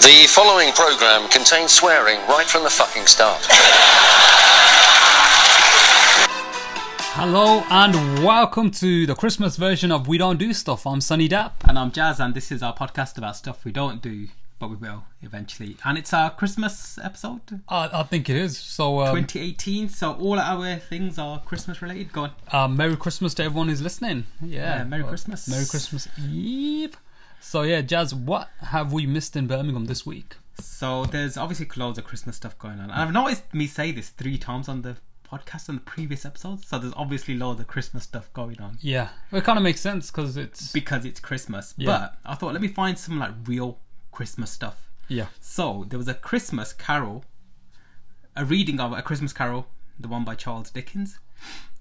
The following program contains swearing right from the fucking start. Hello and welcome to the Christmas version of We Don't Do Stuff. I'm Sunny Dapp. And I'm Jazz, and this is our podcast about stuff we don't do, but we will eventually. And it's our Christmas episode, I, I think it is. So, um, 2018. So all our things are Christmas related. Go on. uh, Merry Christmas to everyone who's listening. Yeah. Yeah, Merry Oh, Well, Christmas. Merry Christmas Eve. So, yeah, Jazz, what have we missed in Birmingham this week? So there's obviously loads of Christmas stuff going on. And I've noticed me say this three times on the podcast and the previous episodes. So there's obviously loads of Christmas stuff going on Yeah. It kind of makes sense because it's. because it's Christmas. Yeah. But I thought, let me find some like real Christmas stuff. yeah. So there was a Christmas Carol, a reading of a Christmas Carol, the one by Charles Dickens,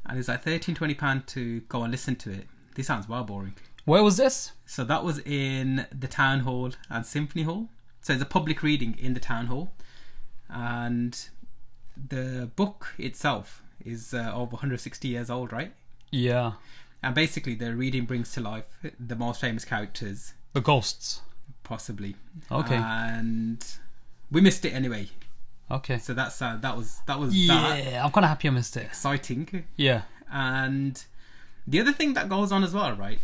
and it's like thirteen twenty pound to go and listen to it. This sounds well boring. Where was this? So that was in the town hall and symphony hall. So it's a public reading in the town hall, and the book itself is uh, over 160 years old, right? Yeah. And basically, the reading brings to life the most famous characters The Ghosts. possibly. Okay. And we missed it anyway. Okay. So that's uh, that was that was that Yeah. I'm kind of happy I missed it. exciting. Yeah. And the other thing that goes on as well, right?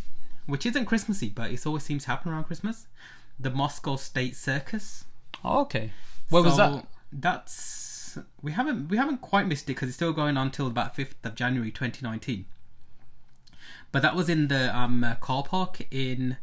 Which isn't Christmassy, but it always seems to happen around Christmas. The Moscow State Circus. Okay. Where was So that? That's we haven't we haven't quite missed it because it's still going on till about fifth of January 2019. But that was in the um, uh, car park in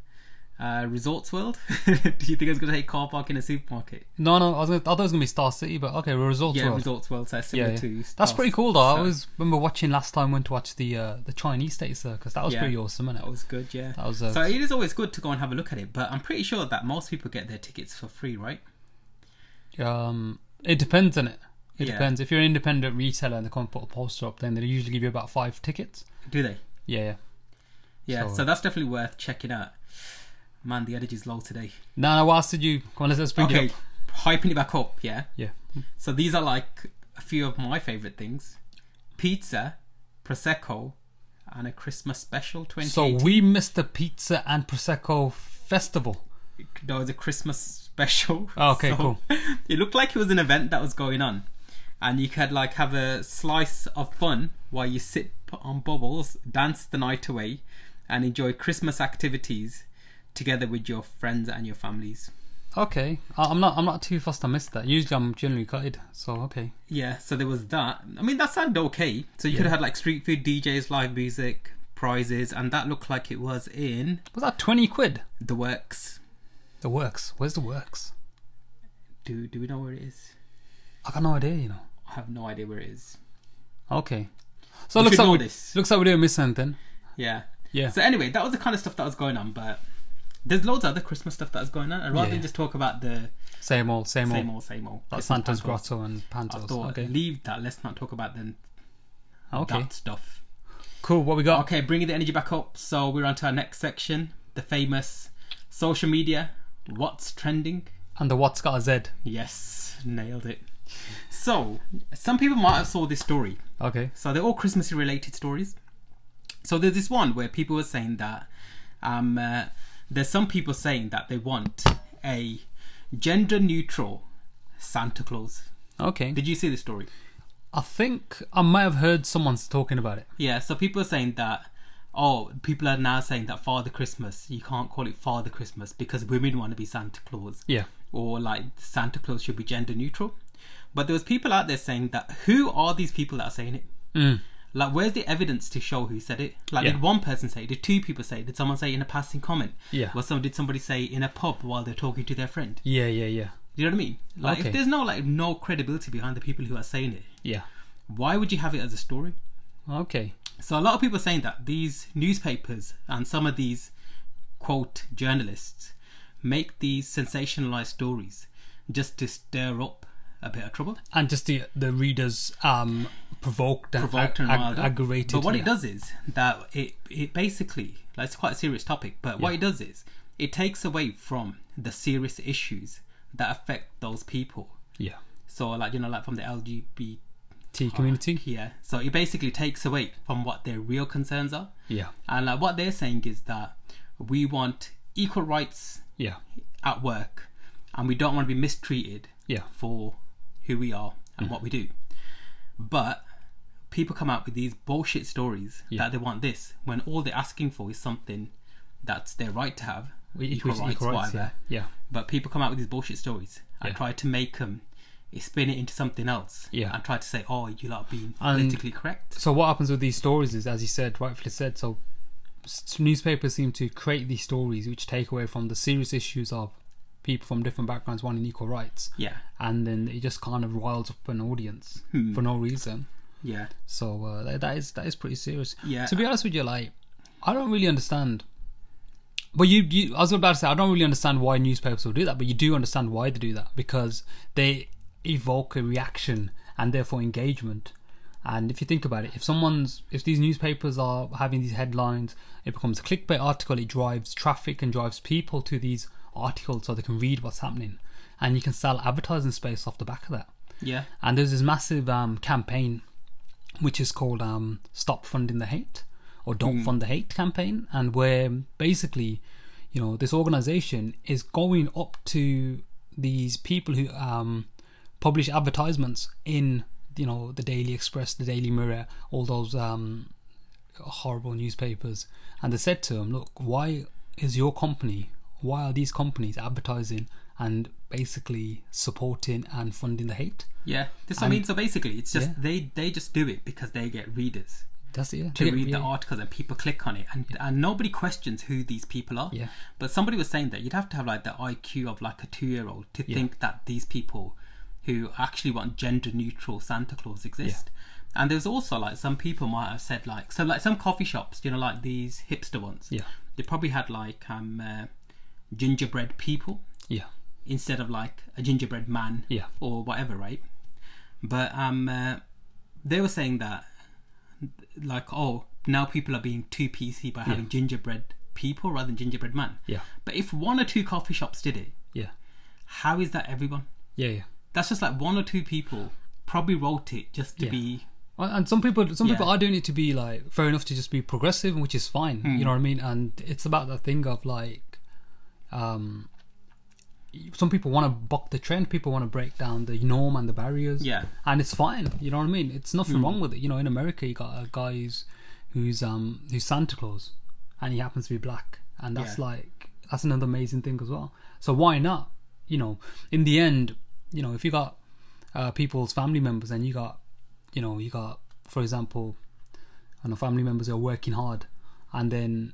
uh, Resorts World. Do you think I was going to say car park in a supermarket? No, no. I, was gonna, I thought it was going to be Star City, but okay, Resorts Yeah, World. Resorts World. So yeah, similar yeah. to Star- that's pretty cool though. I so- always remember watching last time went to watch the uh, the Chinese state circus. That was Yeah. pretty awesome, and That was good, yeah. That was a- So it is always good to go and have a look at it, but I'm pretty sure that most people get their tickets for free, right? um, it depends on it. It Yeah. depends. If you're an independent retailer and they come and put a poster up, then they usually give you about five tickets. Do they? Yeah, yeah. Yeah. So- So, that's definitely worth checking out. Man, the energy's low today. No, no. What else did you? Come on, let's, let's bring Okay, it up. hyping it back up, yeah. Yeah. So these are like a few of my favorite things: pizza, prosecco, and a Christmas special. Twenty. So we missed the pizza and prosecco festival. there was a Christmas special. Oh, okay, cool. It looked like it was an event that was going on, and you could like have a slice of fun while you sip on bubbles, dance the night away, and enjoy Christmas activities together with your friends and your families. Okay, I, I'm not. I'm not too fussed. I missed that. Usually, I'm generally gutted. So okay. Yeah, so there was that. I mean, that sounded okay. So you could have had like street food, DJs, live music, prizes, and that looked like it was in Was that twenty quid? the works. The works. Where's the works? Do do we know where it is? I got no idea. You know. I have no idea where it is. Okay. So We looks should like know we, this. looks like we didn't miss anything. Yeah. Yeah. So anyway, that was the kind of stuff that was going on, but there's loads of other Christmas stuff that was going on. And rather Yeah. than just talk about the Same old, same, same old. old, same old, Like Christmas Santa's pantos, Grotto and I Pantos. thought Okay. leave that. Let's not talk about then Okay. that stuff. Cool. What we got? Okay, bringing the energy back up. So we're on to our next section, the famous social media. What's trending? And the What's Got a Z. Yes, nailed it. So some people might have saw this story. Okay. So they're all Christmassy related stories. So there's this one where people were saying that um, uh, there's some people saying that they want a gender neutral Santa Claus. Okay. Did you see this story? I think I might have heard someone's talking about it. Yeah, so people are saying that oh, people are now saying that Father Christmas, you can't call it Father Christmas because women want to be Santa Claus. Yeah. Or like Santa Claus should be gender neutral. But there was people out there saying that who are these people that are saying it? Mm. Like, where's the evidence to show who said it? Like, Yeah. did one person say it? Did two people say it? Did someone say it in a passing comment? Yeah. Well, some did somebody say it in a pub while they're talking to their friend? Yeah. Yeah. Yeah. Do you know what I mean? Like, Okay. if there's no like no credibility behind the people who are saying it, Yeah. why would you have it as a story? Okay. So a lot of people are saying that these newspapers and some of these quote journalists make these sensationalized stories just to stir up a bit of trouble. And just the the readers um provoked and, provoked ag- and ag- riled up. aggravated. But what yeah. it does is that it it basically like it's quite a serious topic. But what it does is it takes away from the serious issues that affect those people. Yeah. So like you know like from the LGBT T community. yeah. So it basically takes away from what their real concerns are. Yeah. And like what they're saying is that we want equal rights Yeah. at work and we don't want to be mistreated Yeah. for who we are and what we do. But people come out with these bullshit stories Yeah. that they want this when all they're asking for is something that's their right to have. Equal rights, yeah. Yeah. But people come out with these bullshit stories and Yeah. try to make them spin it into something else. Yeah. And try to say, oh, you lot are being And- politically correct. So what happens with these stories is, as you said, rightfully said, so s- newspapers seem to create these stories which take away from the serious issues of people from different backgrounds wanting equal rights, Yeah. and then it just kind of riles up an audience for no reason. Yeah. So uh, that, that is that is pretty serious. Yeah. To be honest with you, like I don't really understand. But you, you, I was about to say I don't really understand why newspapers will do that, but you do understand why they do that because they evoke a reaction and therefore engagement. And if you think about it, if someone's, if these newspapers are having these headlines, it becomes a clickbait article. It drives traffic and drives people to these articles so they can read what's happening, and you can sell advertising space off the back of that Yeah. and there's this massive um, campaign which is called um, stop funding the hate or don't fund the hate campaign and where basically you know this organization is going up to these people who um, publish advertisements in you know the daily express the daily mirror all those um, horrible newspapers and they said to him look why is your company why are these companies advertising and basically supporting and funding the hate Yeah. This I mean so basically it's just yeah. they they just do it because they get readers. That's it. Yeah. to Yeah, read yeah. the articles and people click on it and, and nobody questions who these people are Yeah. but somebody was saying that you'd have to have like the iq of like a two-year-old to think that these people who actually want gender neutral santa claus exist and there's also like some people might have said like so like some coffee shops you know like these hipster ones Yeah. they probably had like um uh, gingerbread people Yeah. instead of like a gingerbread man Yeah. or whatever, right? But um, uh, they were saying that like oh now people are being too PC by having gingerbread people rather than gingerbread man. Yeah. But if one or two coffee shops did it, Yeah. how is that everyone? Yeah. Yeah. That's just like one or two people probably wrote it just to Yeah. be Well, And some people, some people Yeah. are doing it to be like fair enough to just be progressive, which is fine. Hmm. You know what I mean? And it's about that thing of like, um, some people want to buck the trend. People want to break down the norm and the barriers. Yeah. Hmm. And it's fine. You know what I mean? It's nothing wrong with it. You know, in America, you got a guy who's who's um who's Santa Claus, and he happens to be black, and that's Yeah. like that's another amazing thing as well. So why not? You know, in the end, you know, if you got uh, people's family members and you got you know you got for example I know family members who are working hard and then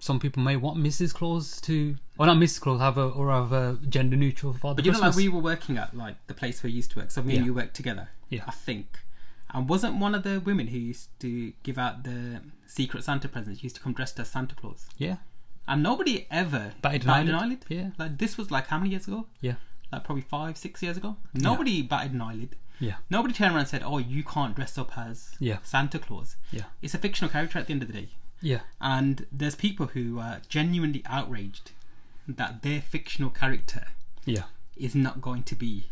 some people may want Mrs. Claus to or not Mrs. Claus have a or have a gender neutral father You know, Christmas like we were working at like the place where you used to work. So me and Yeah. you worked together. Yeah. I think. And wasn't one of the women who used to give out the secret Santa presents used to come dressed as Santa Claus? yeah And nobody ever Batted an eyelid. Yeah. Like this was like how many years ago? yeah Like probably five, six years ago. Nobody batted an eyelid. yeah Nobody turned around and said, "Oh, you can't dress up as Yeah. Santa Claus." yeah It's a fictional character at the end of the day, yeah and there's people who are genuinely outraged that their fictional character yeah is not going to be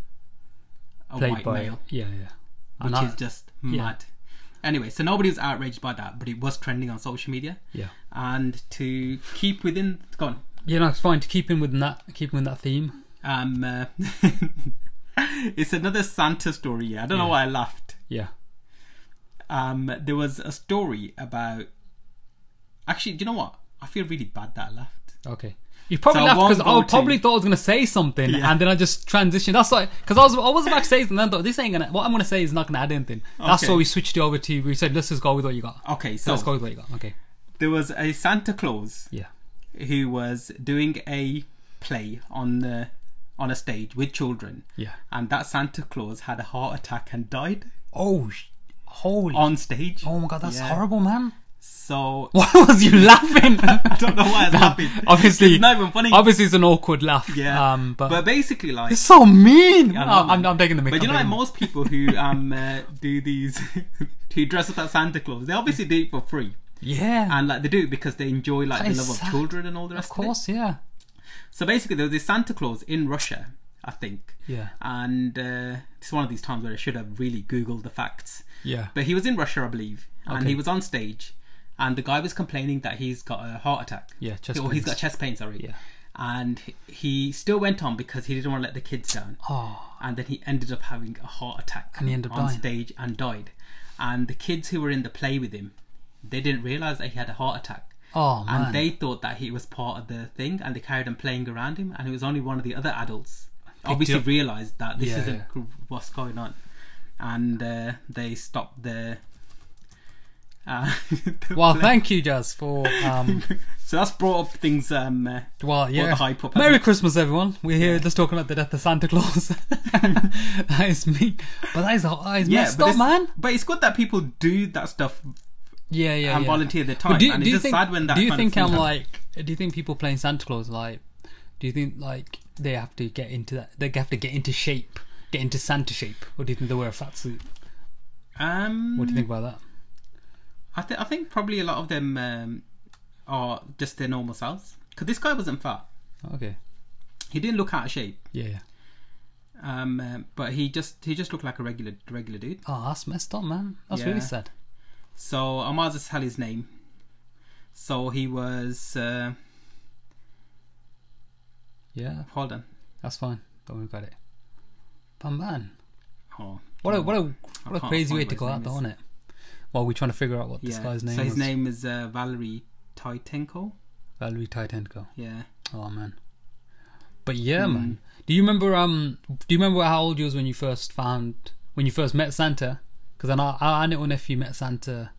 a played white by male, yeah yeah which and I- is just mad. Anyway, so nobody was outraged by that, but it was trending on social media. yeah And to keep within, go on. you know it's fine to keep in with that keep in with that theme Um, uh, it's another Santa story. Yeah, I don't know Yeah. why I laughed. yeah Um, there was a story about. Actually, do you know what? I feel really bad that I laughed. Okay. You probably So I laughed won't because I go probably to- thought I was gonna say something, Yeah. and then I just transitioned. That's why, because I was I was about to say something, and I thought this ain't gonna. What I'm gonna say is not gonna add anything. That's Okay. why we switched it over to. We said let's just go with what you got. Okay, so let's go with what you got. Okay. there was a Santa Claus Yeah. who was doing a play on the on a stage with children. Yeah. And that Santa Claus had a heart attack and died Oh, sh- holy. on stage. oh my god, that's Yeah. horrible, man. So Why was you laughing? I don't know why I was laughing. Obviously, It's not even funny. Obviously, it's an awkward laugh. yeah, Um, but, basically, like it's so mean. I know, Oh, I'm, man. I'm taking the mic. But you I'm know, like taking the mic. most people who um uh, do these, who dress up as Santa Claus, they obviously do it for free, Yeah. and like they do it because they enjoy like That the is love of sad. children and all the rest. of course, yeah. It. So basically, there was this Santa Claus in Russia, I think. Yeah. And uh, it's one of these times where I should have really googled the facts. Yeah. But he was in Russia, I believe, and Okay. he was on stage, and the guy was complaining that he's got a heart attack. Yeah, chest Or pains. he's got chest pain. Sorry. Yeah. and he still went on because he didn't want to let the kids down. Oh, and then he ended up having a heart attack And he ended up on dying. stage and died. And the kids who were in the play with him, they didn't realize that he had a heart attack. oh man. And they thought that he was part of the thing, and they carried on playing around him, and it was only one of the other adults obviously up. realized that this Yeah, isn't yeah. gr- what's going on, and uh, they stopped the. Uh, the well, play. thank you, Jazz, for um. so that's brought up things. Um, uh, Well, yeah. the hype up, Merry hasn't it? Christmas, everyone. We're here just talking about the death of Santa Claus. that is me. But that is, that is yeah, messed but up, it's, man. but it's good that people do that stuff Yeah, yeah, and yeah. volunteer their time. But do, do and it's you just think? sad when that do you kind of think thing I'm happens. like? Do you think people playing Santa Claus like? Do you think like they have to get into that? They have to get into shape, get into Santa shape, or do you think they wear a fat suit? Um, What do you think about that? I, th- I think probably a lot of them um, are just their normal selves. Because this guy wasn't fat. Okay. He didn't look out of shape, Yeah. yeah. um, uh, but he just he just looked like a regular regular dude. Oh, that's messed up, man. That's really Yeah. sad. So I might as well tell his name. So he was. Uh, Yeah, hold on. that's fine. Don't worry about it. But man, Oh, what a what a I what a can't crazy find way what to his go out, name though, is. isn't it? While we're trying to figure out what this yeah. guy's name so his was. name is uh, Valery Tytenko. Valerie Titenko. Yeah. Oh man. But yeah, Hmm. man. Do you remember? Um, do you remember how old you was when you first found when you first met Santa? Because I know our, our little nephew met Santa.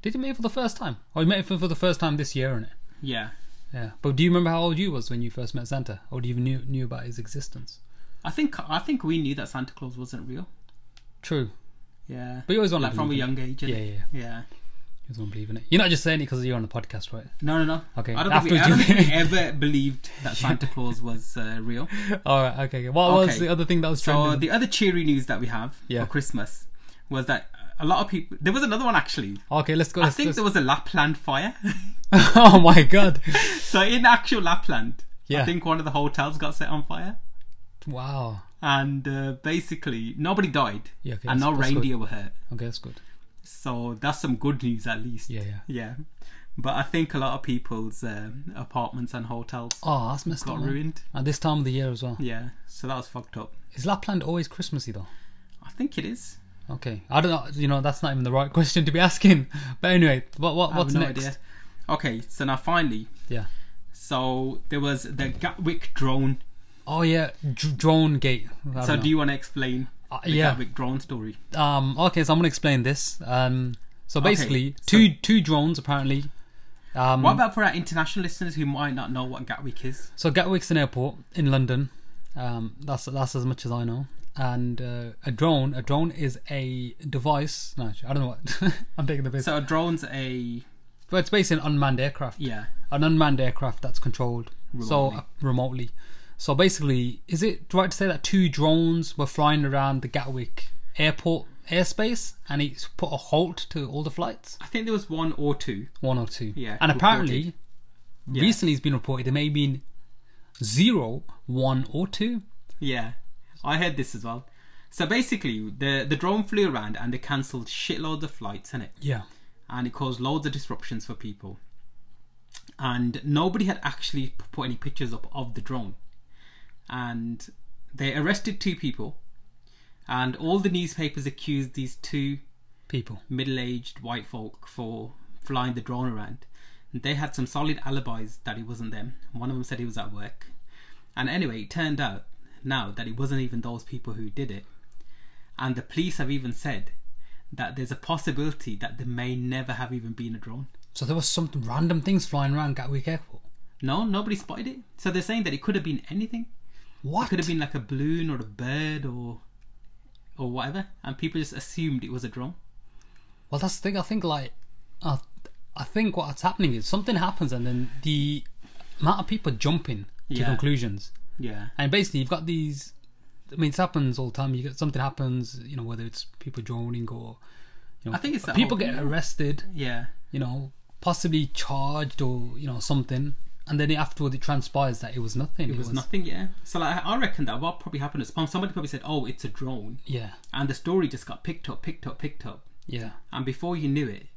Did he meet him for the first time? Or he met him for the first time this year, innit? Yeah. Yeah. But do you remember how old you was when you first met Santa, or do you even knew knew about his existence? I think I think we knew that Santa Claus wasn't real. True. Yeah. But you always want like to from a believe young age. innit? Yeah, yeah. Yeah. You always want to believe in it. You're not just saying it because you're on the podcast, right? No, no, no. Okay, I don't, think we, I after don't you- think we ever believed that Santa Claus was uh, real. All right. Okay. okay. What was Okay. the other thing that was So trending? the other cheery news that we have Yeah. for Christmas was that a lot of people. There was another one actually. okay. Let's go. I let's- think let's- there was a Lapland fire. oh my god. so in actual Lapland, Yeah. I think one of the hotels got set on fire, Wow. and uh, basically nobody died, Yeah, okay, and that's- no that's good. reindeer were hurt. Okay, that's good. So that's some good news at least. Yeah, yeah. Yeah. But I think a lot of people's um, apartments and hotels Oh, that's messed got up. man. ruined. At this time of the year as well. Yeah. So that was fucked up. Is Lapland always Christmassy though? I think it is. Okay, I don't know. You know, that's not even the right question to be asking. But anyway, what what I have what's no next? idea. Okay, so now finally, Yeah. so there was the Gatwick drone. Oh yeah, Dr- drone gate. I So don't do you want to explain know. Oh, Uh, the yeah. Gatwick drone story? Um. Okay, so I'm gonna explain this. Um. So basically, so- two two drones apparently. Um. What about for our international listeners who might not know what Gatwick is? So Gatwick's an airport in London. Um, that's that's as much as I know. And uh, a drone, a drone is a device. No, actually, I don't know what I'm taking the piss. So a drone's a but it's basically an unmanned aircraft. yeah. an unmanned aircraft that's controlled so Remotely. uh, remotely. So basically, is it right to say that two drones were flying around the Gatwick airport airspace and it's put a halt to all the flights? I think there was one or two. One or two. Yeah, And apparently, Yeah. recently it's been reported there may have been zero, one, or two. Yeah, I heard this as well. So basically, the the drone flew around and they cancelled shitloads of flights, innit? Yeah. and it caused loads of disruptions for people. And nobody had actually p- put any pictures up of the drone. And they arrested two people, and all the newspapers accused these two People. middle aged white folk for flying the drone around. They had some solid alibis that it wasn't them. One of them said he was at work. And anyway, it turned out now that it wasn't even those people who did it. And the police have even said that there's a possibility that there may never have even been a drone. So there was some random things flying around Gatwick airport. No, nobody spotted it. So they're saying that it could have been anything. What? It could have been like a balloon or a bird or or whatever. And people just assumed it was a drone. Well, that's the thing. I think like, I, I think what's happening is something happens, and then the amount of people jumping to Yeah. conclusions, Yeah. and basically you've got these. I mean, it happens all the time. You get something happens, you know, whether it's people droning or, you know, I think it's that people whole- get arrested, Yeah. you know, possibly charged or you know something, and then afterward it transpires that it was nothing. It was, nothing, yeah. So like, I reckon that what probably happened is pom- somebody probably said, "Oh, it's a drone," Yeah, and the story just got picked up, picked up, picked up, yeah. and before you knew it,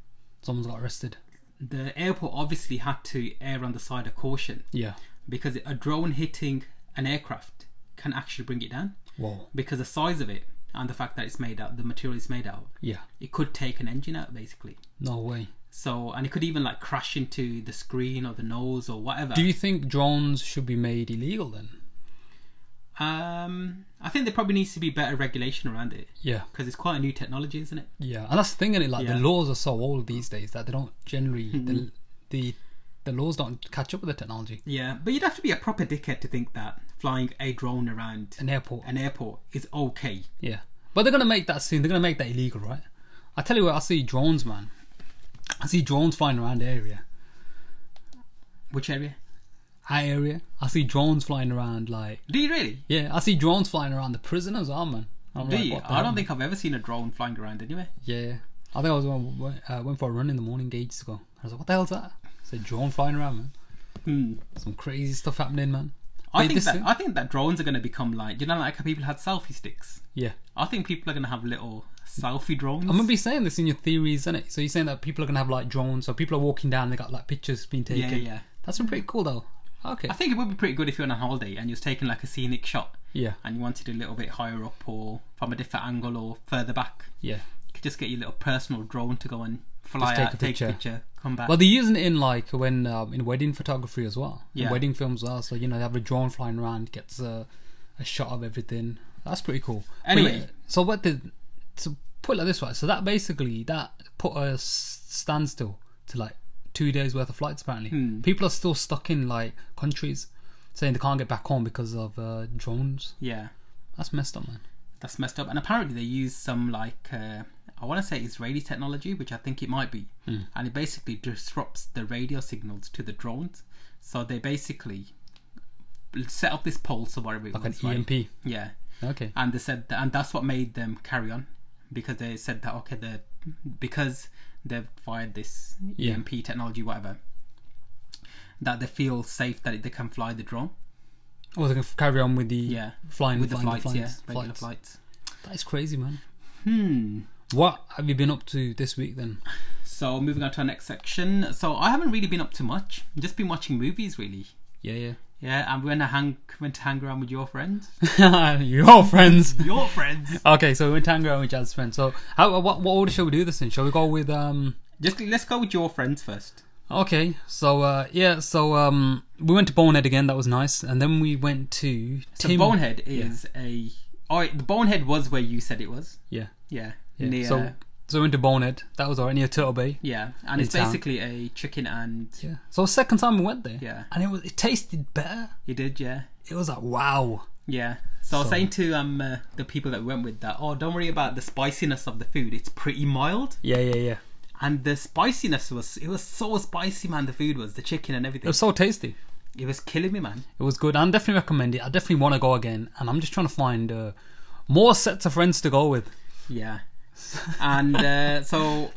Someone's got arrested. the airport obviously had to err on the side of caution Yeah, because a drone hitting an aircraft can actually bring it down Whoa. because the size of it and the fact that it's made out, the material it's made out, of, Yeah. it could take an engine out basically. No way. So and it could even like crash into the screen or the nose or whatever. Do you think drones should be made illegal then? um, I think there probably needs to be better regulation around it Yeah. because it's quite a new technology, isn't it? Yeah, and that's the thing, is Like Yeah. Mm-hmm. the laws are so old these days that they don't generally the, the the laws don't catch up with the technology. Yeah, but you'd have to be a proper dickhead to think that flying a drone around An airport, an airport is okay. yeah, but they're gonna make that soon. They're gonna make that illegal, right? I tell you what, I see drones, man. I see drones flying around the area, Which area? our area. I see drones flying around, like Do you really? yeah, I see drones flying around the prison as well, man. I'm Do like, you? what the I hell, don't man? think I've ever seen a drone flying around anyway. Yeah, I think I was went, uh, went for a run in the morning ages ago. I was like, what the hell's that? It's a drone flying around, man. Hmm. Some crazy stuff happening, man. I Did think this that thing- I think that drones are going to become like you know like how people had selfie sticks. yeah. I think people are going to have little selfie drones. I'm gonna be saying this in your theories, isn't it? So you're saying that people are gonna have like drones, so people are walking down, they got like pictures being taken. yeah, yeah, yeah. That's been pretty cool though. Okay. I think it would be pretty good if you're on a holiday and you're taking like a scenic shot yeah, and you wanted a little bit higher up or from a different angle or further back. yeah. You could just get your little personal drone to go and fly Just take out, a take a picture. picture, come back. Well, they're using it in like when um, in wedding photography as well, in Yeah. wedding films as well. So you know they have a drone flying around, gets a, a shot of everything. That's pretty cool. But Anyway. yeah, so what did so put it like this way? So that basically that put a s- standstill to like two days worth of flights. Apparently, Hmm. people are still stuck in like countries saying they can't get back home because of uh, drones. yeah. That's messed up, man. that's messed up. And apparently they use some like uh, I want to say Israeli technology, which I think it might be, Hmm. and it basically disrupts the radio signals to the drones. So they basically set up this pulse or whatever it Like was, an E right? EMP. Yeah, Okay. and they said that, and that's what made them carry on because they said that okay, the because they've fired this Yeah. EMP technology, whatever, that they feel safe that they can fly the drone. Or they can f- carry on with the Uh, Yeah, flying with the flying, flights, yeah, regular flights. flights. That is crazy, man. Hmm. What have you been up to this week then? So moving on to our next section. So I haven't really been up to much. I've just been watching movies really. Yeah, Yeah, and we went to hang went to hang around with your friends. yeah. Your friends. Your friends. Okay, so we went tango and we jazz friends. So how uh, what what order shall we do this in? Shall we go with um? Just let's go with your friends first. Okay, so uh yeah, so um we went to Bonehead again. That was nice, and then we went to So Tim. Bonehead is a oh the Bonehead was where you said it was. Yeah. Yeah. yeah. Near So so we went to Bonehead. That was alright near Turtle Bay. Yeah. And it's in town. basically a chicken and Yeah. So second time we went there. Yeah. And it was it tasted better. you did, yeah. It was like wow. Yeah. So I was So- saying to um uh, the people that we went with that, oh don't worry about the spiciness of the food. It's pretty mild. Yeah, yeah, yeah. And the spiciness was it was so spicy man the food was, the chicken and everything. It was so tasty. It was killing me, man. It was good. I definitely recommend it. I definitely want to go again, and I'm just trying to find uh, more sets of friends to go with. Yeah. And uh, so,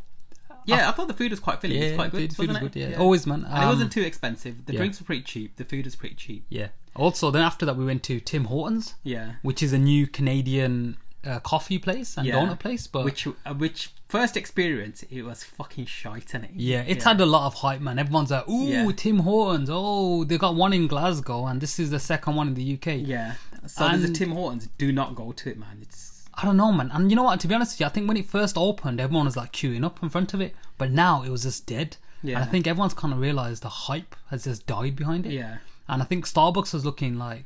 yeah, I thought the food was quite filling. it was quite good. the food was wasn't good. it? Yeah. always, man. And it Um, wasn't too expensive. The yeah. drinks were pretty cheap. The food was pretty cheap. Yeah. Also, then after that, we went to Tim Hortons, Yeah. which is a new Canadian uh, coffee place and Yeah. donut place. But Which, uh, which first experience, it was fucking shite, innit? yeah, it's had a lot of hype, man. Everyone's like, "Ooh, Yeah. Tim Hortons! Oh, they got one in Glasgow, and this is the second one in the UK." Yeah. So there's a And- Tim Hortons. Do not go to it, man. It's I don't know, man. And you know what? To be honest with you, I think when it first opened, everyone was like queuing up in front of it. But now it was just dead. Yeah. And I think everyone's kind of realized the hype has just died behind it. yeah, And I think Starbucks was looking like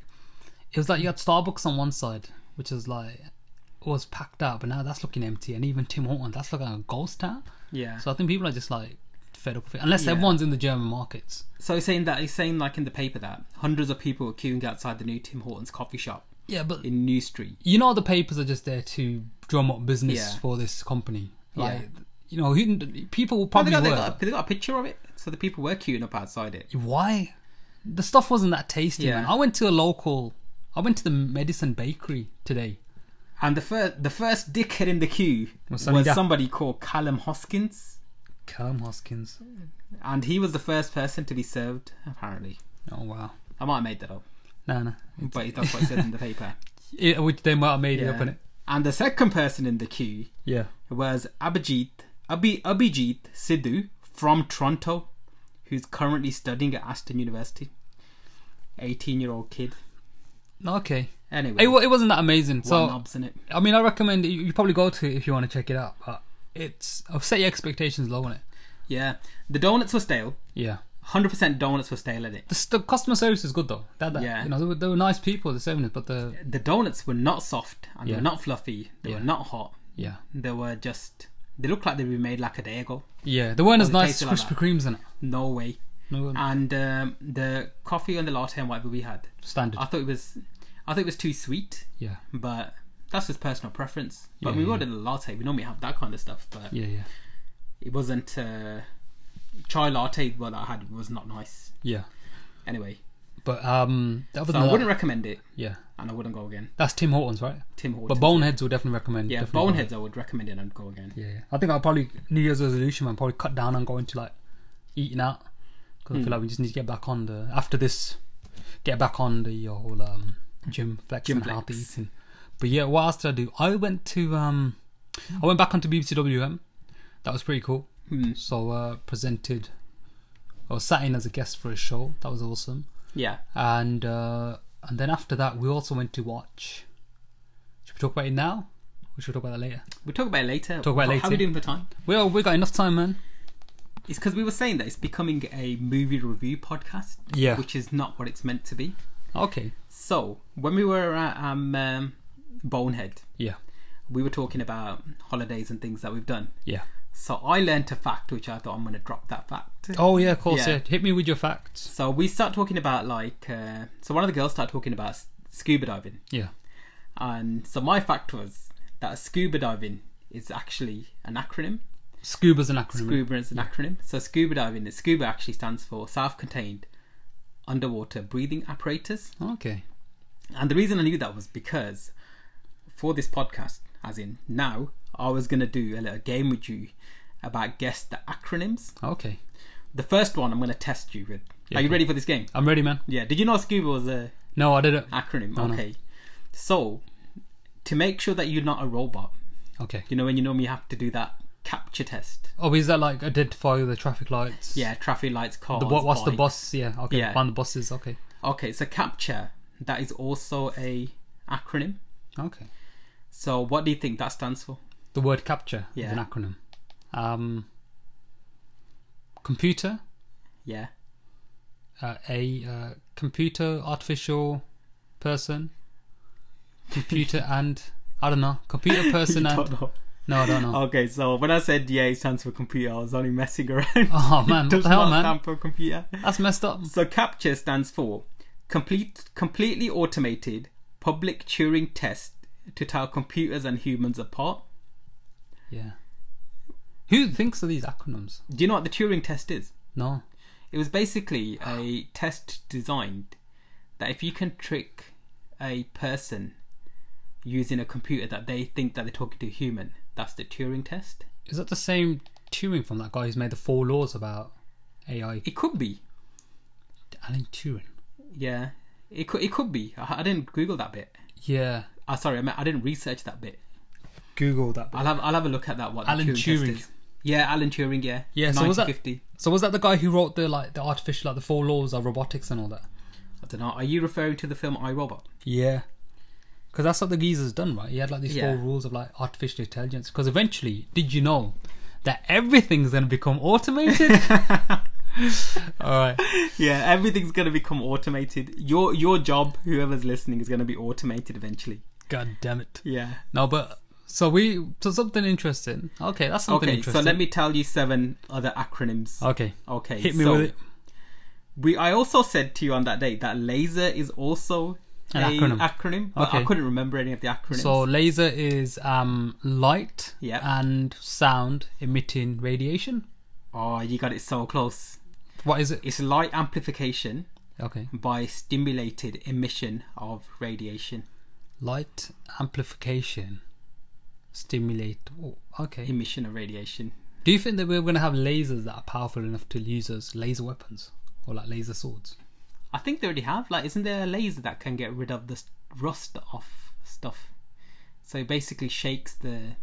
it was like you had Starbucks on one side, which is like it was packed out, but now that's looking empty. And even Tim Hortons, that's looking like a ghost town. yeah. So I think people are just like fed up with it, unless Yeah. everyone's in the German markets. So he's saying that he's saying like in the paper that hundreds of people were queuing outside the new Tim Hortons coffee shop Yeah, but in New Street. you know the papers are just there to drum up business Yeah. for this company. Like Yeah. you know, who, people will Oh, they probably got, they, were. got a, they got a picture of it, so the people were queuing up outside it. why the stuff wasn't that tasty Yeah. man i went to a local i went to the medicine bakery today And the first, the first dickhead in the queue Was was, Sonny Dap- somebody called Callum Hoskins, callum hoskins and he was the first person to be served. Apparently, oh wow I might have made that up, no no It's- but that's what it said in the paper. it, which they might have made it Yeah. up in it And the second person in the queue yeah was Abhijit Abhi, Abhijit Sidhu from Toronto, who's currently studying at Aston University. 18 year old kid. Okay. Anyway, It, wa- it wasn't that amazing. one So knobs in it. I mean, I recommend you, you probably go to it if you want to check it out. But it's I've set your expectations low on it. Yeah, the donuts were stale. Yeah. 100% donuts were stale at it. The, s- the customer service is good though. That, that Yeah. You know, they were, they were nice people. The serving it, but the The donuts were not soft and they Yeah. were not fluffy. They Yeah. were not hot. yeah, They were just. They looked like they were made like a day ago. yeah, they weren't as they nice as tasted like Krispy that. Kremes in it. No way. No, And um, the coffee and the latte and whatever we had, standard. I thought it was, I thought it was too sweet. yeah, But that's just personal preference. But Yeah, we yeah. ordered a latte. We normally have that kind of stuff. But yeah, yeah, it wasn't uh, chai latte. What I had was not nice. yeah. Anyway, Anyway, but um, other so than I wouldn't that, recommend it, yeah, and I wouldn't go again. that's Tim Hortons, right? Tim Hortons. But Boneheads would definitely recommend. yeah, definitely Boneheads. I would recommend it and go again. Yeah, yeah. I think I'll probably New Year's resolution. I'll probably cut down on going to like eating out because Hmm. I feel like we just need to get back on the after this, get back on the whole um, gym flex Gym and healthy flex. eating. But yeah, what else did I do? I went to um, I went back onto BBCWM. That was pretty cool. Hmm. So uh, presented, I was sat in as a guest for a show. That was awesome. Yeah, And uh, and then after that, we also went to watch. Should we talk about it now? Or should we talk about that later? we'll talk about it later. Talk about it How later. are we doing for time? Well, we got enough time, man. It's because we were saying that it's becoming a movie review podcast. Yeah. Which is not what it's meant to be. Okay. So when we were at um, um, Bonehead, Yeah. we were talking about holidays and things that we've done. Yeah. So I learnt a fact, which I thought I'm going to drop that fact. Oh yeah, of course. Yeah. Yeah. Hit me with your facts. So we start talking about like, uh, so one of the girls started talking about s- scuba diving, Yeah. and so my fact was that scuba diving is actually an acronym. Scuba's an acronym. Scuba is an acronym. So scuba diving, is scuba actually stands for self-contained underwater breathing apparatus. Okay. And the reason I knew that was because for this podcast, as in now, I was going to do a little game with you about guess the acronyms. Okay. The first one I'm going to test you with. Are okay. you ready for this game? I'm ready, man. Yeah. Did you know scuba was a No, I didn't. acronym? No, no. okay. So, to make sure that you're not a robot, Okay. you know when you normally have to do that capture test. Oh, is that like identify the traffic lights? Yeah, traffic lights, cars. The, what, what's the bikes. bus? Yeah. Okay. Yeah. Find the buses. Okay. Okay, so capture that is also a acronym. Okay. So, what do you think that stands for? The word capture is an Yeah. acronym. Um. Computer. Yeah. Uh, a uh, computer artificial person. Computer and I don't know. Computer person and Don't know. Uh, no, I don't know. Okay, so when I said yeah, it stands for computer, I was only messing around. Oh, man, it what does the hell, not man? stand for computer. That's messed up. So capture stands for complete, completely automated public Turing test to tell computers and humans apart. Yeah. Who thinks of these acronyms? Do you know what the Turing test is? No. It was basically a test designed that if you can trick a person using a computer that they think that they're talking to a human, that's the Turing test. Is that the same Turing from that guy who's made the four laws about AI? It could be, Alan Turing. yeah. It could, it could be. I, I didn't Google that bit. Yeah. Ah, sorry, I, meant, I didn't research that bit. Google that. I'll have I'll have a look at that. What the Alan Turing, test Turing. is. Yeah, Alan Turing. Yeah. Yeah, so was that- 1950. So was that the guy who wrote the like the artificial like the four laws of robotics and all that? I don't know. Are you referring to the film I Robot? Yeah. Because that's what the geezer's done, right? He had like these Yeah. four rules of like artificial intelligence. Because eventually, did you know that everything's going to become automated? all right. Yeah, everything's gonna become automated. Your your job, whoever's listening, is gonna be automated eventually. God damn it. Yeah. No, but so we so something interesting. Okay, that's something Okay, so interesting. Uh, let me tell you seven other acronyms. Okay. Okay, Hit me so with it. We I also said to you on that day that laser is also An a acronym. but I Okay. couldn't remember any of the acronyms. So laser is um, light Yep. and sound emitting radiation. oh, you got it so close. What is it? It's light amplification Okay, by stimulated emission of radiation. light amplification, stimulate. oh, okay. emission of radiation. Do you think that we're going to have lasers that are powerful enough to use as laser weapons or like laser swords? I think they already have. Like, isn't there a laser that can get rid of the s- rust off stuff? So it basically shakes the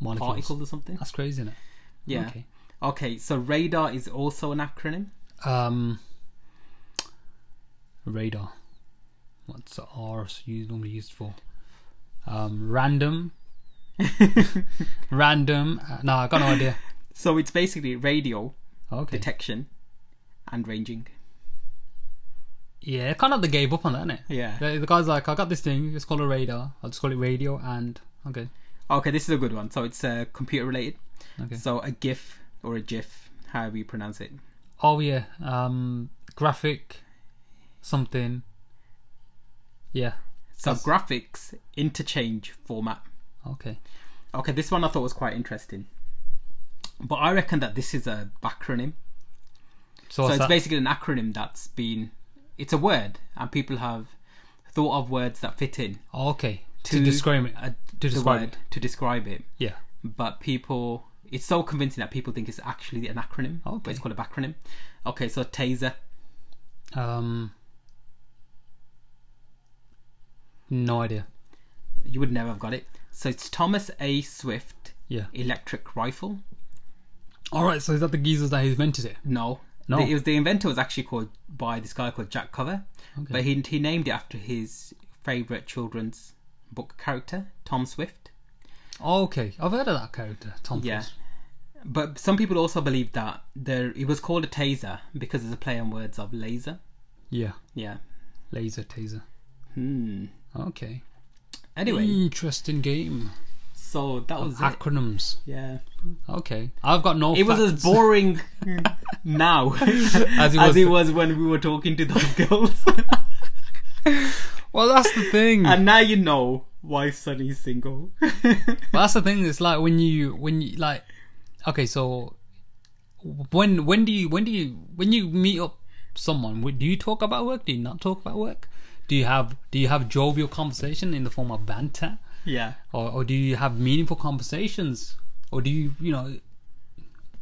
Molecules. particles or something. That's crazy, isn't it? Yeah. Okay. Okay. So radar is also an acronym. Um, radar. What's the R you normally used for? Um, random. random. Uh, no, I got no idea. So it's basically radio Okay. detection and ranging. yeah, kind of they gave up on that, innit? Yeah. The, the guy's like, I got this thing. It's called a radar. I'll just call it radio. And okay, Okay, this is a good one. So it's uh, computer related. okay. So a GIF or a GIF, however you pronounce it. Oh yeah, um, graphic, something. Yeah. So That's- graphics interchange format. Okay. Okay, this one I thought was quite interesting. But I reckon that this is a backronym. So, So what's it's that? basically an acronym that's been. It's a word, and people have thought of words that fit in Oh, okay to, describe it. uh, to the describe word, it. to describe it. Yeah. But people, it's so convincing that people think it's actually an acronym. Okay. But it's called a backronym. Okay, so taser. Um. No idea. You would never have got it. So it's Thomas A. Swift Yeah. electric rifle. All right. So is that the geezers that invented it? No. No. The, it was the inventor was actually called by this guy called Jack Cover, but he he named it after his favorite children's book character, Tom Swift. Okay, I've heard of that character, Tom. Yeah. Cruise. But some people also believe that there it was called a taser because it's a play on words of laser. Yeah. Yeah. Laser taser. Hmm. Okay. Anyway, Mm. Interesting game. so that was it. Acronyms. Yeah. Okay. I've got no. It was facts. as boring now as it it, was- was. when we were talking to those girls. Well, that's the thing. and now you know why Sunny's single. But that's the thing. It's like when you when you like, okay, so when when do you when do you when you meet up someone? wh- Do you talk about work? Do you not talk about work? Do you have do you have jovial conversation in the form of banter, yeah. or or do you have meaningful conversations, or do you you know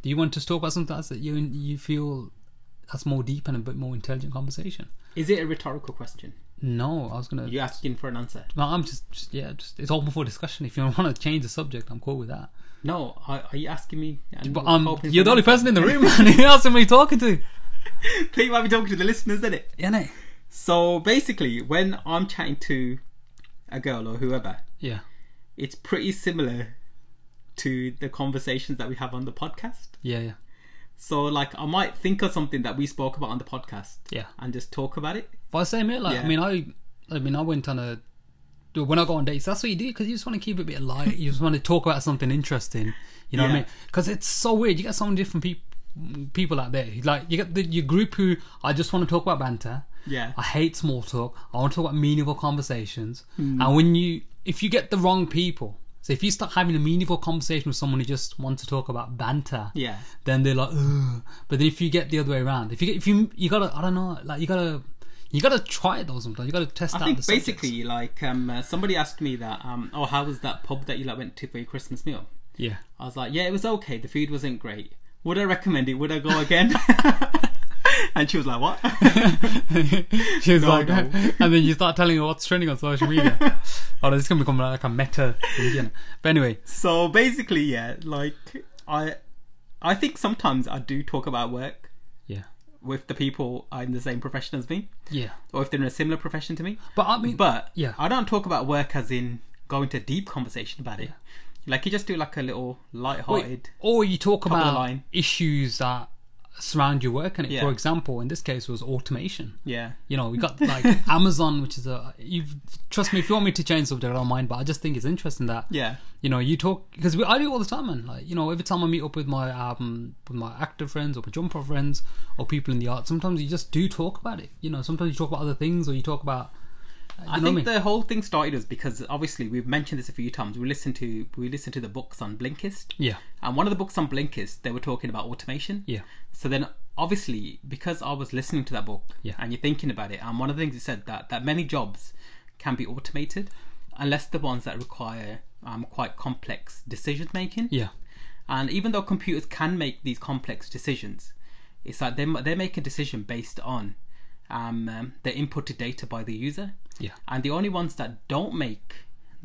do you want to talk about something else that you you feel that's more deep and a bit more intelligent conversation? Is it a rhetorical question? No, I was gonna. You asking for an answer? No, I'm just, just yeah, just it's open for discussion. If you want to change the subject, I'm cool with that. No. Are, are you asking me? And But we're um, hoping you're for the an only person in the room, man. Who else am I talking to? answer. You might be talking to the listeners, isn't it? Yeah, innit? So basically, when I'm chatting to a girl or whoever, Yeah. it's pretty similar to the conversations that we have on the podcast. Yeah, yeah. So like, I might think of something that we spoke about on the podcast, Yeah. and just talk about it. But same here. Like, I Yeah. mean, I, I mean, I went on a. dude, When I go on dates, that's what you do because you just want to keep it a bit light. You just want to talk about something interesting. You know what I Yeah. mean? Because it's so weird. You get so many different people people out there. Like you get the, your group who I just want to talk about banter. Yeah. I hate small talk. I want to talk about meaningful conversations. Hmm. And when you, if you get the wrong people, so if you start having a meaningful conversation with someone who just wants to talk about banter, Yeah. then they're like, Ugh. but then if you get the other way around, if you get, if you you gotta, I don't know, like you gotta, you gotta try it though sometimes. You gotta test I out. think the subjects. basically, like, um, uh, somebody asked me that, um, oh, how was that pub that you like went to for your Christmas meal? yeah. I was like, yeah, it was okay. The food wasn't great. Would I recommend it? Would I go again? and she was like, what? She was No, like, no. and then you start telling her what's trending on social media. oh, this is gonna become like a meta thing. But anyway, so basically, yeah, like I, I think sometimes I do talk about work yeah, with the people in the same profession as me, yeah. or if they're in a similar profession to me. But I mean, But Yeah. I don't talk about work as in go into a deep conversation about it. Like you just do like a little Wait, light-hearted. or you talk of the about line. issues that surround your work and it. Yeah. For example, in this case, was automation. Yeah. You know, we got like Amazon, which is a. You trust me, if you want me to change subject, I don't mind. But I just think it's interesting that Yeah. you know you talk because I do it all the time, man. Like you know, every time I meet up with my um with my actor friends or my jumper friends or people in the art, sometimes you just do talk about it. You know, sometimes you talk about other things or you talk about. uh, You I know think what I mean? the whole thing started was because obviously we've mentioned this a few times. We listened to we listened to the books on Blinkist. yeah, And one of the books on Blinkist, they were talking about automation. yeah, So then, obviously, because I was listening to that book Yeah. and you're thinking about it, and one of the things it said that that many jobs can be automated, unless the ones that require um, quite complex decision making. yeah, And even though computers can make these complex decisions, it's like they they make a decision based on um, um, the inputted data by the user, yeah, and the only ones that don't make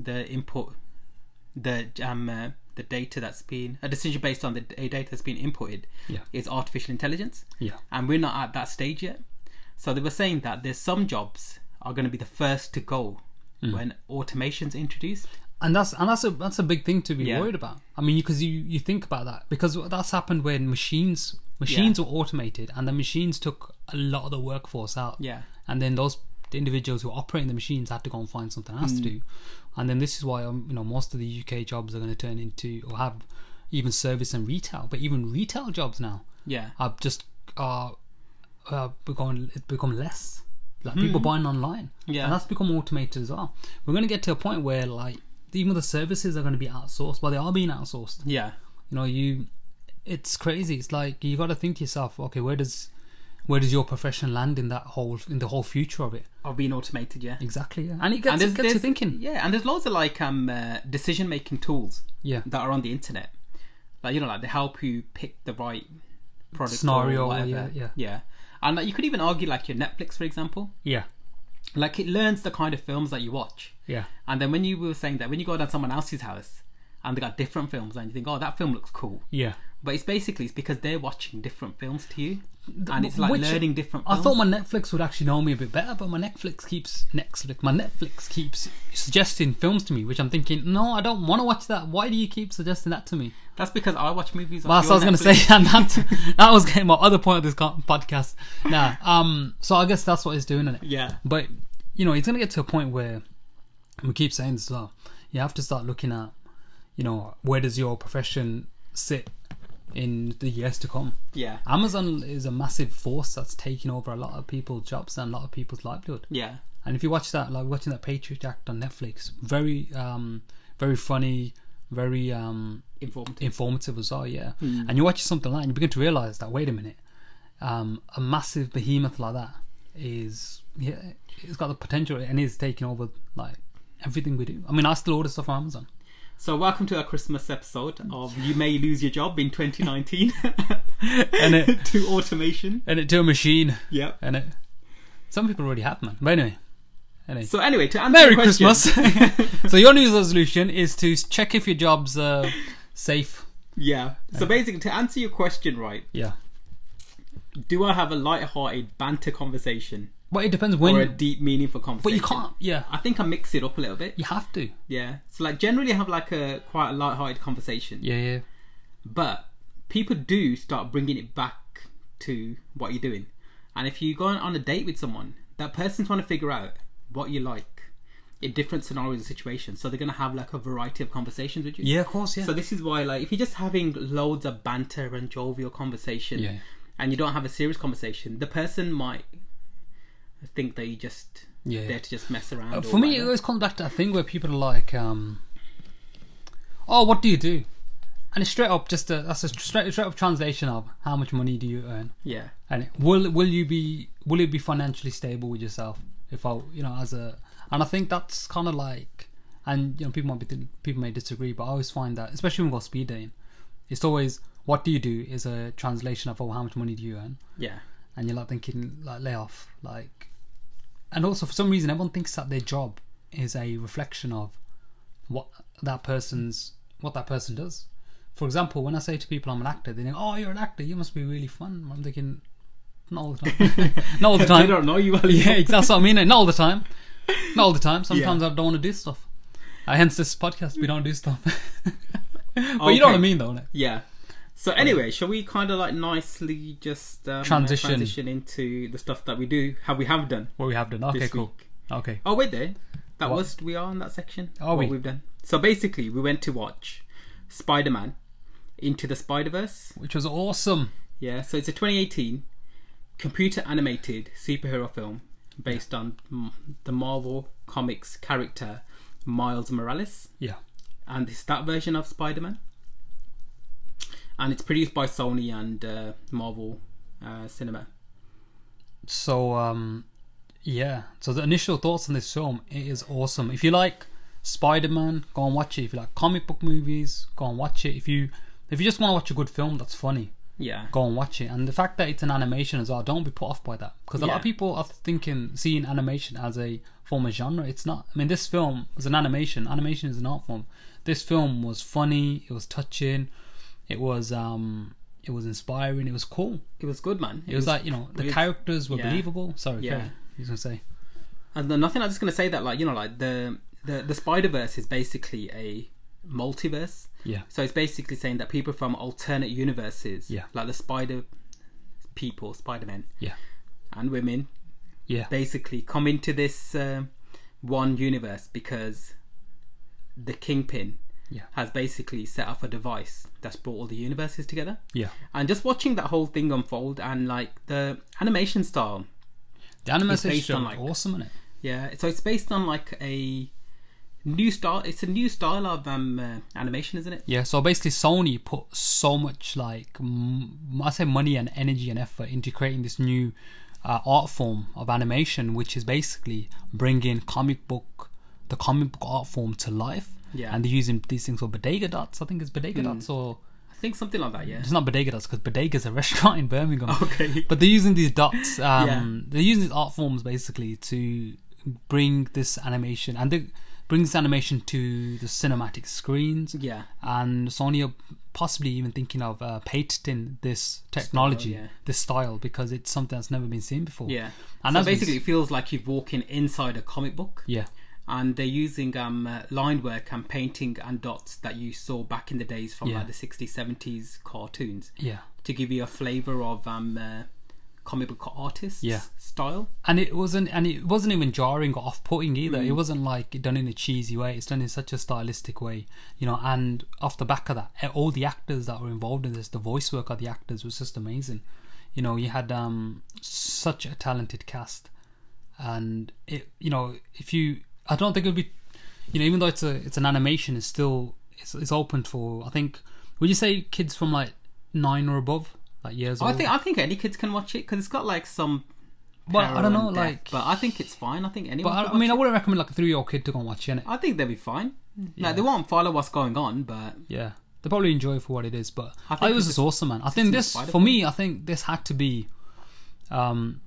the input the um uh, the data that's been a decision based on the d- data that's been inputted Yeah. is artificial intelligence yeah. and we're not at that stage yet So they were saying that there's some jobs are going to be the first to go when automation's introduced. and that's and that's a that's a big thing to be Yeah. worried about. I mean, because you, you think about that because that's happened when machines machines were automated and the machines took a lot of the workforce out. Yeah. and then those individuals who are operating the machines had to go and find something else Mm. to do, and then this is why um, you know most of the UK jobs are going to turn into or have even service and retail, but even retail jobs now Yeah. are just are uh, become become less. Like people buying online, Yeah. and that's become automated as well. We're going to get to a point where like even the services are going to be outsourced, well, they are being outsourced. Yeah. You know, you it's crazy. It's like you got to think to yourself, okay, where does where does your profession land in that whole in the whole future of it? Are being automated, yeah. Exactly, yeah. and it gets, there's- it gets you there's- thinking. Yeah, and there's loads of like um uh, decision making tools Yeah, that are on the internet, like you know, like they help you pick the right product or Scenario, whatever. yeah, yeah. yeah. And like, you could even argue like your Netflix, for example, yeah, like it learns the kind of films that you watch, yeah, and then when you were saying that when you go down someone else's house and they got different films and you think, oh, that film looks cool, yeah. but it's basically it's because they're watching different films to you, and it's like Which- learning different. I Films. thought my Netflix would actually know me a bit better, but my Netflix keeps Netflix. My Netflix keeps suggesting films to me, which I'm thinking, no, I don't want to watch that. Why do you keep suggesting that to me? that's because I watch movies. on Well, that's what I was your going to Netflix. say, and that that was getting my other point of this co- podcast. Nah, um, so I guess that's what it's doing, innit? Yeah. But you know, it's going to get to a point where and we keep saying this as well. You have to start looking at, you know, where does your profession sit in the years to come? Yeah, Amazon is a massive force that's taking over a lot of people's jobs and a lot of people's livelihood. yeah, And if you watch that, like watching that Patriot Act on Netflix, very, um, very funny, very um, informed. informative as well, yeah. And you watch something like that and you begin to realise that wait a minute, um, a massive behemoth like that is yeah, it's got the potential and is taking over like everything we do. I mean, I still order stuff on Amazon. So, welcome to our Christmas episode of "You May Lose Your Job in 2019" And it- to automation. And it to a machine. Yep. And it some people already have man. But anyway. Anyway. So, anyway, to answer Merry your question, Christmas. so your New Year's resolution is to check if your job's uh, safe. yeah. So basically, to answer your question, right? Yeah. Do I have a light-hearted banter conversation But it depends when or a deep, meaningful but conversation? you can't yeah. I think I mix it up a little bit. You have to. Yeah. So, like, generally, I have like a quite a light-hearted conversation, Yeah, yeah. but people do start bringing it back to what you're doing. And if you go on- on a date with someone, that person's trying to figure out what you like in different scenarios and situations. So they're going to have like a variety of conversations with you. Yeah, of course, yeah. So this is why, like, if you're just having loads of banter and jovial conversation, Yeah. and you don't have a serious conversation, the person might think that you just Yeah. Uh, there to just mess around. or For me, it whatever. always comes back to that thing where people are like, um, "Oh, what do you do?" And it's straight up just a, that's a straight straight up translation of how much money do you earn, yeah, and it- will will you be will you be financially stable with yourself if I you know as a and I think that's kind of like and you know people might be thin- people may disagree, but I always find that especially when we go speed dating, it's always what do you do is a translation of oh how much money do you earn, yeah, and you're like thinking like lay off like and also for some reason everyone thinks that their job is a reflection of what that person's what that person does for example when i say to people i'm an actor they think oh you're an actor you must be really fun i'm thinking not all the time not all the I time don't know you. well yeah enough. ex- that's what i mean eh? not all the time not all the time sometimes i don't want to do stuff uh, hence this podcast we don't do stuff but you know what i Okay. mean though innit? Yeah. So anyway, shall we kind of like nicely just um, Transition. into the stuff that we do, have we have done what we have done okay this cool week? okay Oh wait, there. That What? was we are in that section. Are what we? have done. So basically, we went to watch Spider Man into the Spider Verse. which was awesome Yeah. So it's a 2018 computer animated superhero film based on mm, the Marvel comics character Miles Morales yeah and it's that version of Spider-Man. And it's produced by Sony and uh, Marvel uh, Cinema. So um yeah. So the initial thoughts on this film, it is awesome. If you like Spider Man, go and watch it. If you like comic book movies, go and watch it. If you if you just want to watch a good film that's funny, Yeah, go and watch it. And the fact that it's an animation as well, don't be put off by that. Because a lot Yeah. of people are thinking seeing animation as a form of genre. It's not. I mean, this film was an animation. Animation is an art form. This film was funny. It was touching. It was um It was inspiring. It was cool. It was good, man. It, was, like you know the with- characters were yeah. believable. Sorry, Yeah. yeah. You was gonna say And then nothing. I'm just gonna say that, like you know, like the the the Spider Verse is basically a multiverse. yeah, So it's basically saying that people from alternate universes, Yeah. like the Spider people, Spider Men, yeah, and women, yeah, basically come into this um, one universe because the Kingpin yeah, has basically set up a device that's brought all the universes together. yeah. And just watching that whole thing unfold and like the animation style, The anime It's based is on, like- awesome, isn't it? yeah. So it's based on like a new style. It's a new style of um, uh, animation, isn't it? Yeah, so basically Sony put so much like m- I say money and energy and effort into creating this new uh, art form of animation, which is basically bringing comic book, the comic book art form to life. Yeah. and they're using these things called bodega dots. I think it's bodega dots, or I think something like that. Yeah. it's not bodega dots because bodega's a restaurant in Birmingham. Okay. but they're using these dots. Um, Yeah. They're using these art forms basically to bring this animation and they bring this animation to the cinematic screens Yeah. and Sony are possibly even thinking of uh, patenting this technology, yeah. this style, because it's something that's never been seen before. Yeah. and so that's basically, it feels like you're walking inside a comic book. yeah, and they're using um, uh, line work and painting and dots that you saw back in the days from Yeah. like the 60s 70s cartoons yeah, to give you a flavor of um, uh, comic book artists Yeah. style and it wasn't, and it wasn't even jarring or off-putting either. Mm. It wasn't like done in a cheesy way. It's done in such a stylistic way, you know. And off the back of that, eh, all the actors that were involved in this, the voice work of the actors was just amazing. You know, you had um, such a talented cast. and it you know if you i don't think it would be you know even though it's a it's an animation it's still it's, it's open for i think would you say kids from like nine or above like years i old think i think any kids can watch it because it's got like some but i terror don't know and death, like but i think it's fine i think anyone but I, can I mean i watch it. wouldn't recommend like a three-year-old kid to go and watch it innit? I think they'll be fine Mm. like they won't follow what's going on but yeah they probably enjoy it for what it is but I i think think it was it's just awesome man i think this Spider-Man. for me i think this had to be um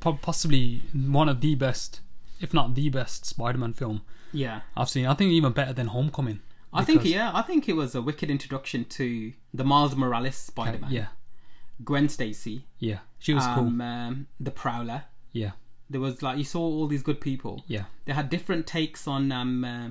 po- possibly one of the best if not the best spider-man film yeah i've seen i think even better than homecoming I think because- yeah, I think it was a wicked introduction to the Miles Morales Spider-Man, yeah Gwen Stacy, Yeah, she was um, cool. um, the Prowler, Yeah, there was like you saw all these good people. yeah, They had different takes on um, uh,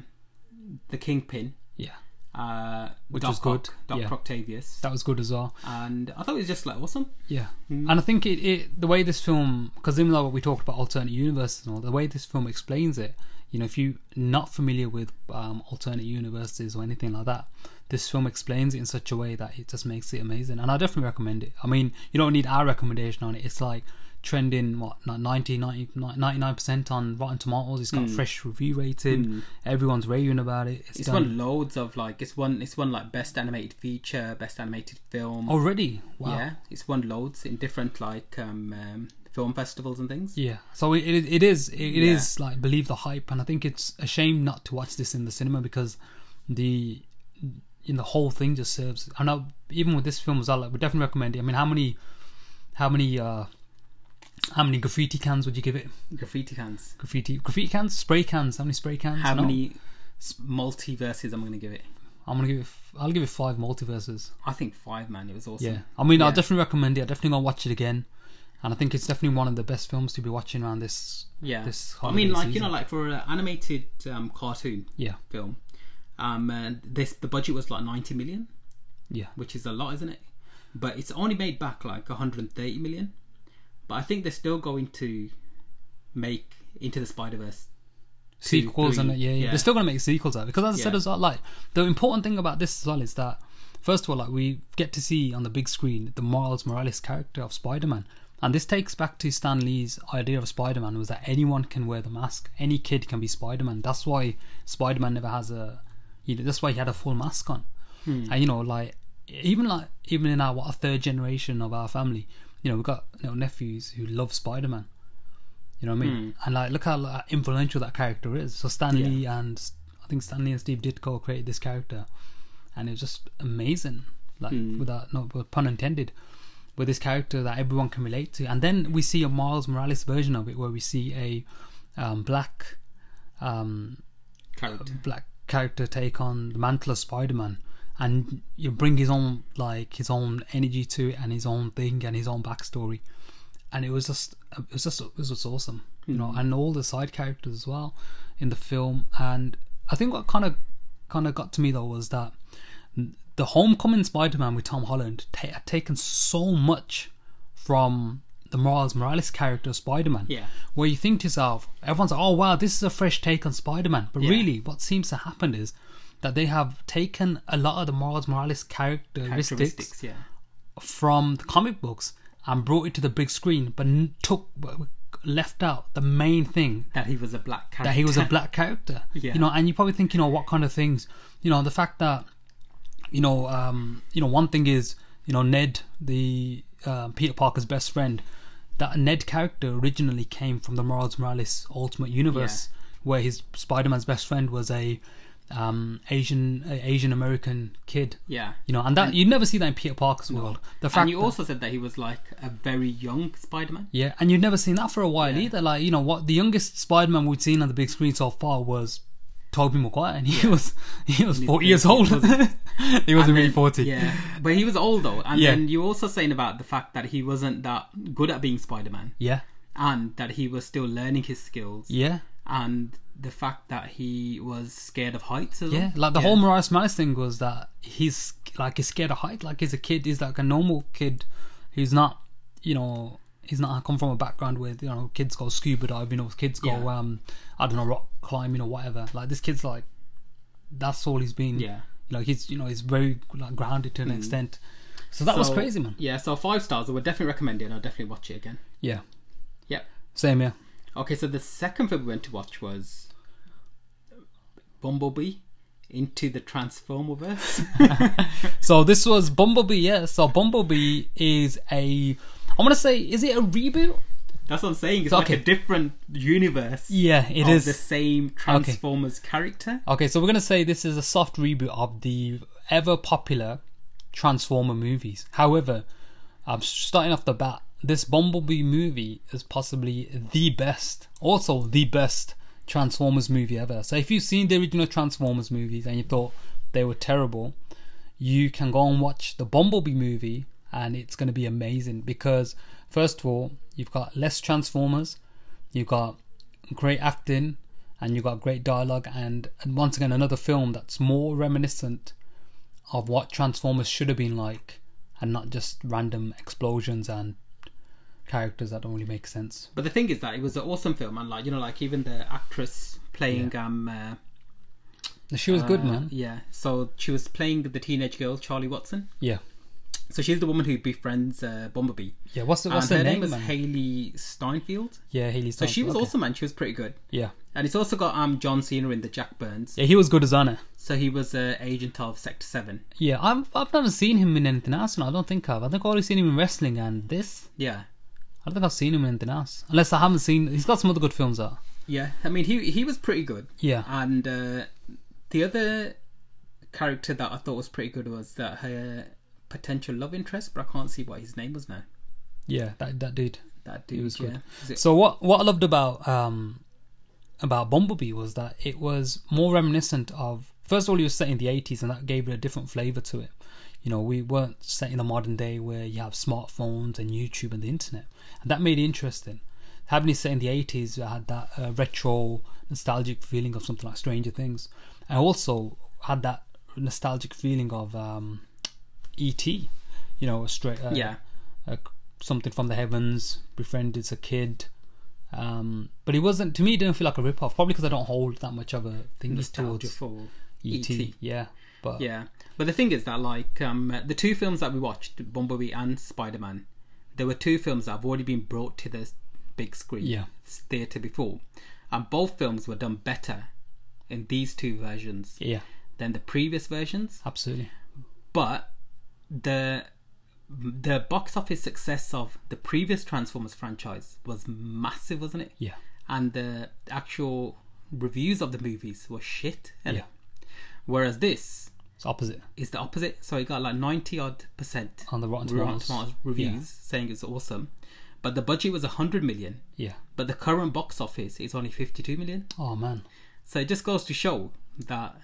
the Kingpin, yeah. uh, Which Doc was good, Ock, Doc yeah. Octavius, That was good as well. and I thought it was just like awesome. Yeah, and I think it, it the way this film, because even though we talked about alternate universes and all, the way this film explains it, you know, if you're not familiar with um, alternate universes or anything like that, this film explains it in such a way that it just makes it amazing. And I definitely recommend it. I mean, you don't need our recommendation on it. It's like trending what not 90 99 percent on Rotten Tomatoes. It's got fresh review rating. Everyone's raving about it. It's, It's done won loads of like it's won it's won like best animated feature, best animated film. already. Oh, Wow. Yeah, it's won loads in different like um, um, film festivals and things. Yeah, so it it, it is it, it is Yeah. like believe the hype, and I think it's a shame not to watch this in the cinema because the in the whole thing just serves. I know even with this film as well, like, we definitely recommend it. I mean, how many how many uh how many graffiti cans would you give it? Graffiti cans. Graffiti graffiti cans, spray cans. How many spray cans? How No. many s- multiverses I'm going to give it? I'm gonna give it. f- I'll give it five multiverses. I think five, man. It was awesome. Yeah, I mean, Yeah. I'll definitely recommend it. I definitely gonna watch it again, and I think it's definitely one of the best films to be watching around this. yeah. This I mean, holiday like you season. know, like for an animated um, cartoon, Yeah, film. Um, and this the budget was like 90 million, yeah, which is a lot, isn't it? But it's only made back like 130 million. But I think they're still going to make Into the Spider Verse. sequels three. and yeah, yeah, Yeah. they're still gonna make sequels out of it. because as I said Yeah. as well, like the important thing about this as well is that first of all, like we get to see on the big screen the Miles Morales character of Spider-Man, and this takes back to Stan Lee's idea of Spider-Man was that anyone can wear the mask, any kid can be Spider-Man. That's why Spider-Man never has a, you know, that's why he had a full mask on, Hmm. and you know, like even like even in our what, our third generation of our family, you know, we've got you know, nephews who love Spider-Man. You know what I mean? And like, look how like, influential that character is. So Stanley and I think Stanley and Steve Ditko created this character, and it's just amazing. Like without no pun intended, with this character that everyone can relate to. And then we see a Miles Morales version of it, where we see a um, black, um, Character. black character take on the mantle of Spider-Man, and you bring his own like his own energy to it and his own thing and his own backstory and it was just it was just it was just awesome you know and all the side characters as well in the film and i think what kind of kind of got to me though was that the homecoming spider-man with tom holland ta- had taken so much from the miles morales character of spider-man Yeah. where you think to yourself everyone's like oh wow this is a fresh take on spider-man but Yeah. really what seems to happen is that they have taken a lot of the miles morales characteristics characteristics. Yeah, from the comic books and brought it to the big screen, but n- took but left out the main thing that he was a black character. that he was a black character. Yeah. You know, and you probably think, you know, what kind of things, you know, the fact that, you know, um, you know, one thing is, you know, Ned, the uh, Peter Parker's best friend, that Ned character originally came from the Miles Morales Ultimate Universe, where his Spider-Man's best friend was a um, Asian a Asian American kid. Yeah. You know, and that you never see that in Peter Parker's world. The fact and you that- also said that he was like a very young Spider-Man. yeah, and you've never seen that for a while either. Like, you know, what the youngest Spider Man we've seen on the big screen so far was Tobey Maguire, and he was he was forty years old. he wasn't really forty. Yeah, but he was old though. And Yeah. then you also saying about the fact that he wasn't that good at being Spider-Man, yeah, and that he was still learning his skills, yeah, and the fact that he was scared of heights. As yeah. well. Like the whole Morales Morales thing was that he's like he's scared of height. Like he's a kid. He's like a normal kid who's not, you know, he's not come from a background where you know kids go scuba diving or kids go Yeah. um I don't know rock climbing or whatever. Like this kid's like that's all he's been. Yeah. Hmm. you know he's you know he's very like grounded to an extent. So that was So, crazy, man. Yeah, so five stars. I would definitely recommend it. and I'll definitely watch it again. Yeah, Yep. same here. Okay, so the second film we went to watch was Bumblebee into the Transformerverse. So this was Bumblebee. Yeah, so Bumblebee is a I want to say is it a reboot? That's what I'm saying. It's Okay. like a different universe. Yeah, it of is. the same Transformers character. Okay, so we're gonna say this is a soft reboot of the ever popular Transformer movies. However, I'm starting off the bat. This Bumblebee movie is possibly the best, also the best Transformers movie ever. So if you've seen the original Transformers movies and you thought they were terrible, you can go and watch the Bumblebee movie and it's going to be amazing because first of all, you've got less Transformers, you've got great acting and you've got great dialogue and, and once again another film that's more reminiscent of what Transformers should have been like and not just random explosions and characters that don't really make sense. But the thing is that it was an awesome film, and like you know, like even the actress playing um uh, She was good, uh, man. yeah. So she was playing the teenage girl Charlie Watson. Yeah. So she's the woman who befriends uh, Bumblebee. Yeah, what's, the, what's and her, her name, was man? Haley Steinfeld. yeah, Haley So she was okay. awesome, man. She was pretty good. Yeah. And it's also got um John Cena in the Jack Burns. Yeah, he was good as Anna. So he was uh, agent of Sector Seven. Yeah, I've I've never seen him in anything else. No, I don't think I've. I think I've only seen him in wrestling and this. Yeah, I don't think I've seen him in anything else, unless I haven't seen. He's got some other good films out. yeah. I mean, he he was pretty good. Yeah. And uh, the other character that I thought was pretty good was that her potential love interest, but I can't see what his name was now. Yeah, that that dude. That dude. was yeah. good. Is it- So what what I loved about um about Bumblebee was that it was more reminiscent of first of all, you were set in the eighties, and that gave it a different flavor to it. You know, we weren't set in the modern day where you have smartphones and YouTube and the internet, and that made it interesting. Having it set in the eighties, I had that uh, retro, nostalgic feeling of something like Stranger Things. I also had that nostalgic feeling of um, ET. You know, a straight uh, yeah. uh, something from the heavens, befriended as a kid. Um, but it wasn't to me. It didn't feel like a rip off. Probably because I don't hold that much of a thing Nostalgia towards for E ET. E.T.. Yeah, but Yeah, but the thing is that like um, the two films that we watched, Bumblebee and Spider Man, there were two films that have already been brought to the big screen, Yeah. theater before, and both films were done better in these two versions yeah, than the previous versions. absolutely. But the the box office success of the previous Transformers franchise was massive, wasn't it? Yeah, And the actual reviews of the movies were shit. yeah. Whereas this, It's opposite is the opposite. So it got like 90 odd percent on the Rotten Rotten Tomatoes. Tomatoes reviews saying it's awesome. But the budget was 100 million, Yeah. but the current box office is only 52 million. Oh man. So it just goes to show that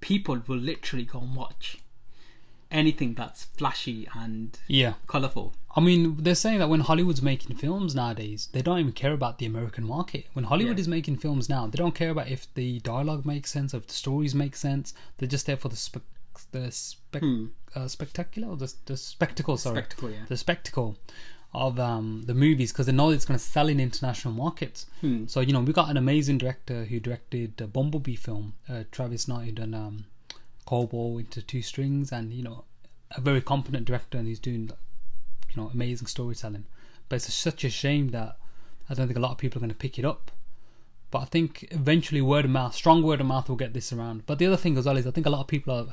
people will literally go and watch anything that's flashy and Yeah. colorful. I mean, they're saying that when Hollywood's making films nowadays, they don't even care about the American market. When Hollywood Yeah. is making films now, they don't care about if the dialogue makes sense, or if the stories make sense. They're just there for the spec, the spec, uh, spectacular, or the, the spectacle. Sorry, Hmm. Spectacle, yeah. the spectacle of um, the movies because they know it's going to sell in international markets. Hmm. So you know, we got an amazing director who directed the Bumblebee film, uh, Travis Knight, who done um, Cowboy into Two Strings, and you know, a very competent director, and he's doing you know amazing storytelling. But it's such a shame that I don't think a lot of people are going to pick it up. But I think eventually word of mouth, strong word of mouth, will get this around. But the other thing as well is I think a lot of people are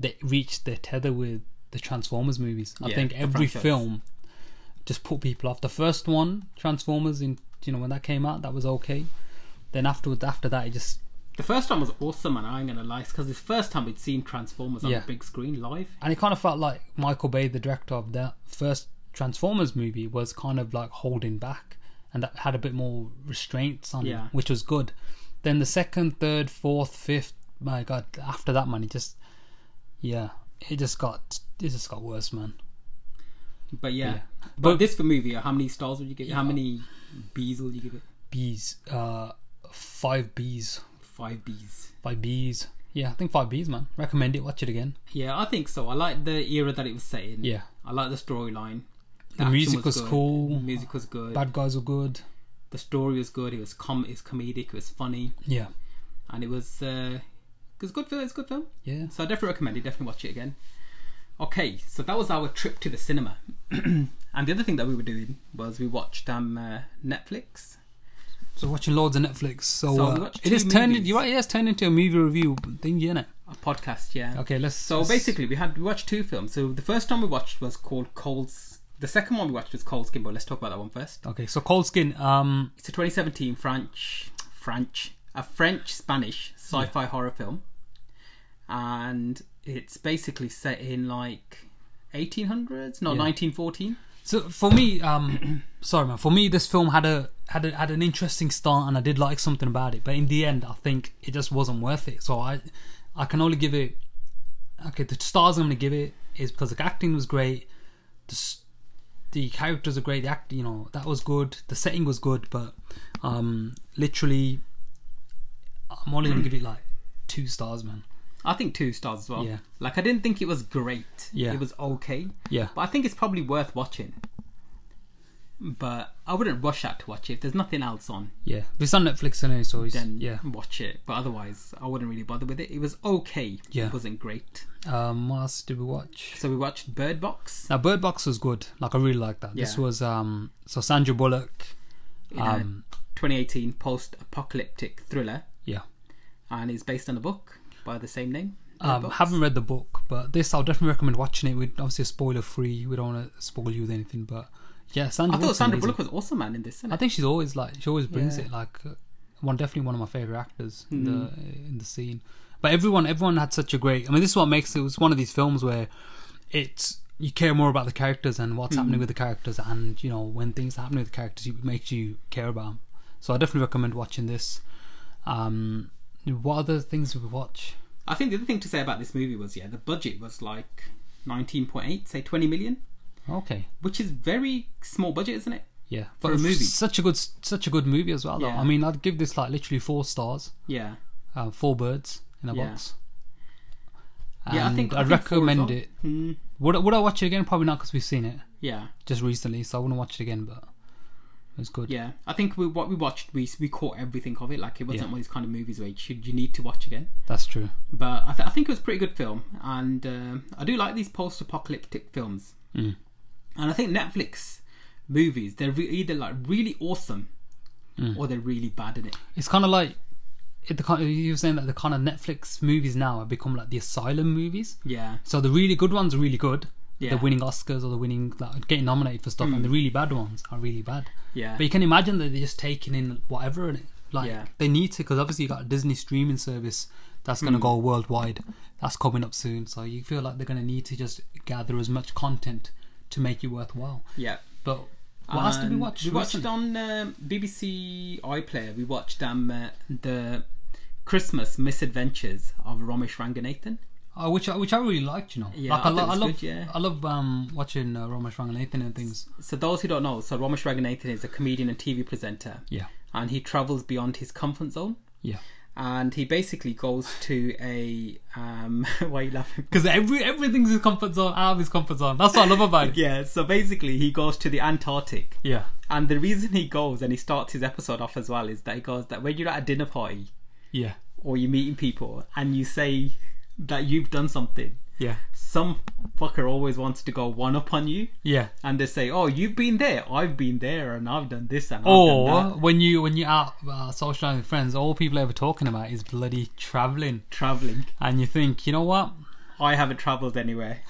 they reached their tether with the Transformers movies. I Yeah, think the every franchise. film just put people off. The first one, Transformers, in you know when that came out, that was okay. Then afterwards, after that, it just The first time was awesome, and I ain't gonna lie, because it's the first time we'd seen Transformers on Yeah. the big screen live. and it kind of felt like Michael Bay, the director of that first Transformers movie, was kind of like holding back and that had a bit more restraints on Yeah. him, which was good. Then the second, third, fourth, fifth, my god, after that man, it just yeah, it just got it just got worse, man. But yeah, Yeah. but, But- this for movie, how many stars would you give? it? How Yeah. many B's would you give it? B's, uh, five B's, Five B's. five B's. Yeah, I think five B's, man. Recommend it. Watch it again. Yeah, I think so. I like the era that it was set in. Yeah, I like the storyline. The action music was good. cool. The music was good. bad guys were good. The story was good. It was com. It was comedic. It was funny, Yeah, and it was. Uh, it was a good film. It's a good film. yeah. So I definitely recommend it. Definitely watch it again. Okay, so that was our trip to the cinema, and the other thing that we were doing was we watched um uh, Netflix. So watching loads of Netflix. So, So uh, we watched it is two turned. movies. You're right. It has turned into a movie review thing, isn't it? a podcast, yeah. Okay, let's. So let's- basically, we had we watched two films. So the first time we watched was called Cold's. The second one we watched was Cold Skin, but let's talk about that one first. Okay, so Cold Skin. Um, It's a 2017 French, French, a French Spanish sci-fi horror film, and it's basically set in like 1800s, no, 1914. so for me, um, sorry man, for me this film had a had a, had an interesting start, and I did like something about it. But in the end, I think it just wasn't worth it. So I, I can only give it. Okay, the stars I'm going to give it is because the acting was great. The s- the characters are great. The act, you know, that was good. The setting was good, but um, literally, I'm only going to give it like two stars, man. I think two stars as well. Yeah. Like I didn't think it was great. Yeah. It was okay. Yeah. But I think it's probably worth watching. But I wouldn't rush out to watch it. If there's nothing else on, Yeah, but it's on Netflix anyway, so it's, then yeah. watch it. But otherwise, I wouldn't really bother with it. It was okay. Yeah. It wasn't great. Um, what else did we watch? So we watched Bird Box Now, Bird Box was good. Like I really liked that. This Yeah. was um, so Sandra Bullock. in Um, a 2018 post-apocalyptic thriller, yeah. and is based on a book by the same name. Bird Um, Box. haven't read the book, but this I'll definitely recommend watching it. We're obviously spoiler free. We don't want to spoil you with anything, but yeah, Sandra. I thought Bullock's Sandra amazing. Bullock was awesome, man, in this. Isn't I it? think she's always like she always brings Yeah. it. Like uh, one, definitely one of my favorite actors in the Hmm. in the scene. But everyone, everyone had such a great. I mean, this is what makes it. It was one of these films where it's you care more about the characters and Hmm. what's happening with the characters, and you know when things happen with the characters, it makes you care about. 'em. So I definitely recommend watching this. Um, what other things did we watch? I think the other thing to say about this movie was, yeah, the budget was like 19.8, say 20 million, Okay, which is very small budget, isn't it? yeah, For a it's movie. such a good, such a good movie as well. Though Yeah. I mean, I'd give this like literally four stars, Yeah. uh, four birds in a Yeah. box. yeah, I And I'd think I think four as recommend well. it. Mm, Would would I watch it again? Probably not because we've seen it yeah, just recently, so I wouldn't watch it again. But it was good. yeah. I think we, what we watched, we we caught everything of it. Like it wasn't Yeah. one of these kind of movies where you should you need to watch again. That's true. But I, th- I think it was a pretty good film, and um I do like these post-apocalyptic films. Hmm. And I think Netflix movies they're re- either like really awesome Hmm. or they're really bad in it. It's kind of like it, the kind you were saying that the kind of Netflix movies now have become like the asylum movies. Yeah, So the really good ones are really good. Yeah. Hmm. They're winning Oscars or they're winning like, getting nominated for stuff, and the really bad ones are really bad. yeah. But you can imagine that they're just taking in whatever in it. Like Yeah. they need to because obviously you got a Disney streaming service that's Mm. going to go worldwide. That's coming up soon, so you feel like they're going to need to just gather as much content to make it worthwhile. yeah. But what else did we And watch? Um, We watched recently? on um, BBC iPlayer. We watched um, uh, the Christmas Misadventures of Ramesh Ranganathan. Uh, which I, which I really liked, you know. Yeah, like, I I, lo- think I it's love good, yeah. I love um watching uh, Ramesh Ranganathan and things. So those who don't know, so Ramesh Ranganathan is a comedian and TV presenter, Yeah, and he travels beyond his comfort zone. yeah. And he basically goes to a um, why are you laughing? Because every everything's his comfort zone, out of his comfort zone. That's what I love about it. Yeah, so basically he goes to the Antarctic, Yeah, and the reason he goes and he starts his episode off as well is that he goes that when you're at a dinner party yeah, or you're meeting people and you say that you've done something, yeah, some fucker always wants to go one up on you. yeah. and they say, "Oh, you've been there. I've been there, and I've done this and I've done Or that." when you when you're out uh, socializing with friends, all people are ever talking about is bloody traveling, Traveling, and you think, you know what? I haven't traveled anywhere.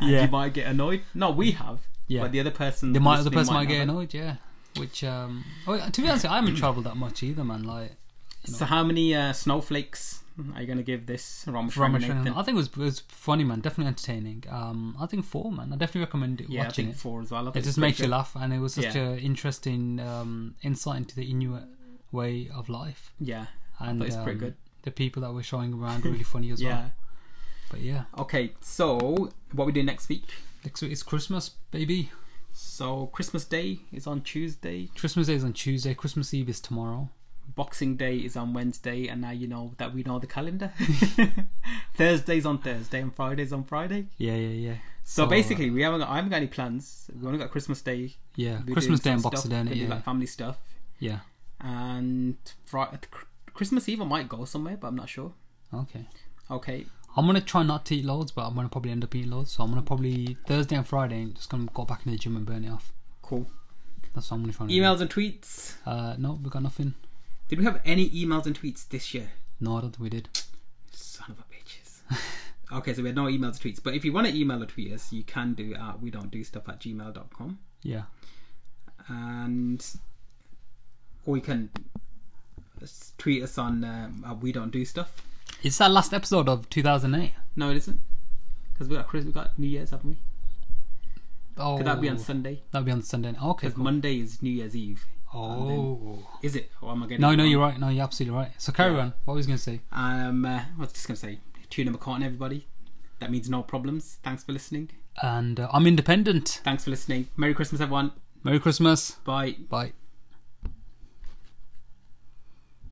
And Yeah. you might get annoyed. No, we have. Yeah. but the other person, The might the listening person might get not. annoyed. Yeah, which um, oh, to be honest, I haven't traveled that much either, man. Like So, how many uh, snowflakes are you gonna give this Ramesh Ramesh Ranganathan? Ranganathan. I think it was, it was funny, man. Definitely entertaining. Um, I think four, man. I definitely recommend it, Yeah, I watching think it. four as well. I It think just it's makes you pretty laugh, and it was such Yeah. an interesting um, insight into the Inuit way of life. good. Yeah, And thought it's pretty um, good. The people that were showing around were really funny as yeah. well. But yeah, Okay, so what we do next week? next week it's Christmas, baby. So Christmas Day is on Tuesday. Christmas Day is on Tuesday. Christmas Eve is tomorrow. Boxing Day is on Wednesday, and now you know that we know the calendar. Thursday's on Thursday, and Friday's on Friday. Yeah, yeah, yeah. So, uh, basically, we haven't. Got, I haven't got any plans. We only got Christmas Day. yeah, We're Christmas Day doing and some Boxing stuff. Day. innit? We're doing, Yeah, like family stuff, yeah. and Friday, Christmas Eve. I might go somewhere, but I'm not sure. Okay. Okay, I'm gonna try not to eat loads, but I'm gonna probably end up eating loads. So I'm gonna probably Thursday and Friday and just gonna go back in the gym and burn it off. cool. That's what I'm gonna try. and do. Emails and tweets. Uh, no, we got nothing. Did we have any emails and tweets this year? No, I don't think we did. Son of a bitches. okay, so we had no emails and tweets. But if you want to email or tweet us, you can do at we don't do stuff at gmail.com. Yeah. and or you can s- tweet us on um, at we don't do stuff. It's that last episode of 2008. No, it isn't because we got Chris, we got New Year's, haven't we? Oh, Could that be on Sunday? that'd be on Sunday. Okay. Because cool. Monday is New Year's Eve. Oh. Is it? Or am I getting No, it no, wrong? you're right. No, you're absolutely right. So carry on. What was I gonna say? Um, uh, I was just gonna say, tune in McCartan, everybody. That means no problems. Thanks for listening. And uh, I'm independent. Thanks for listening. Merry Christmas, everyone. Merry Christmas. Bye. Bye.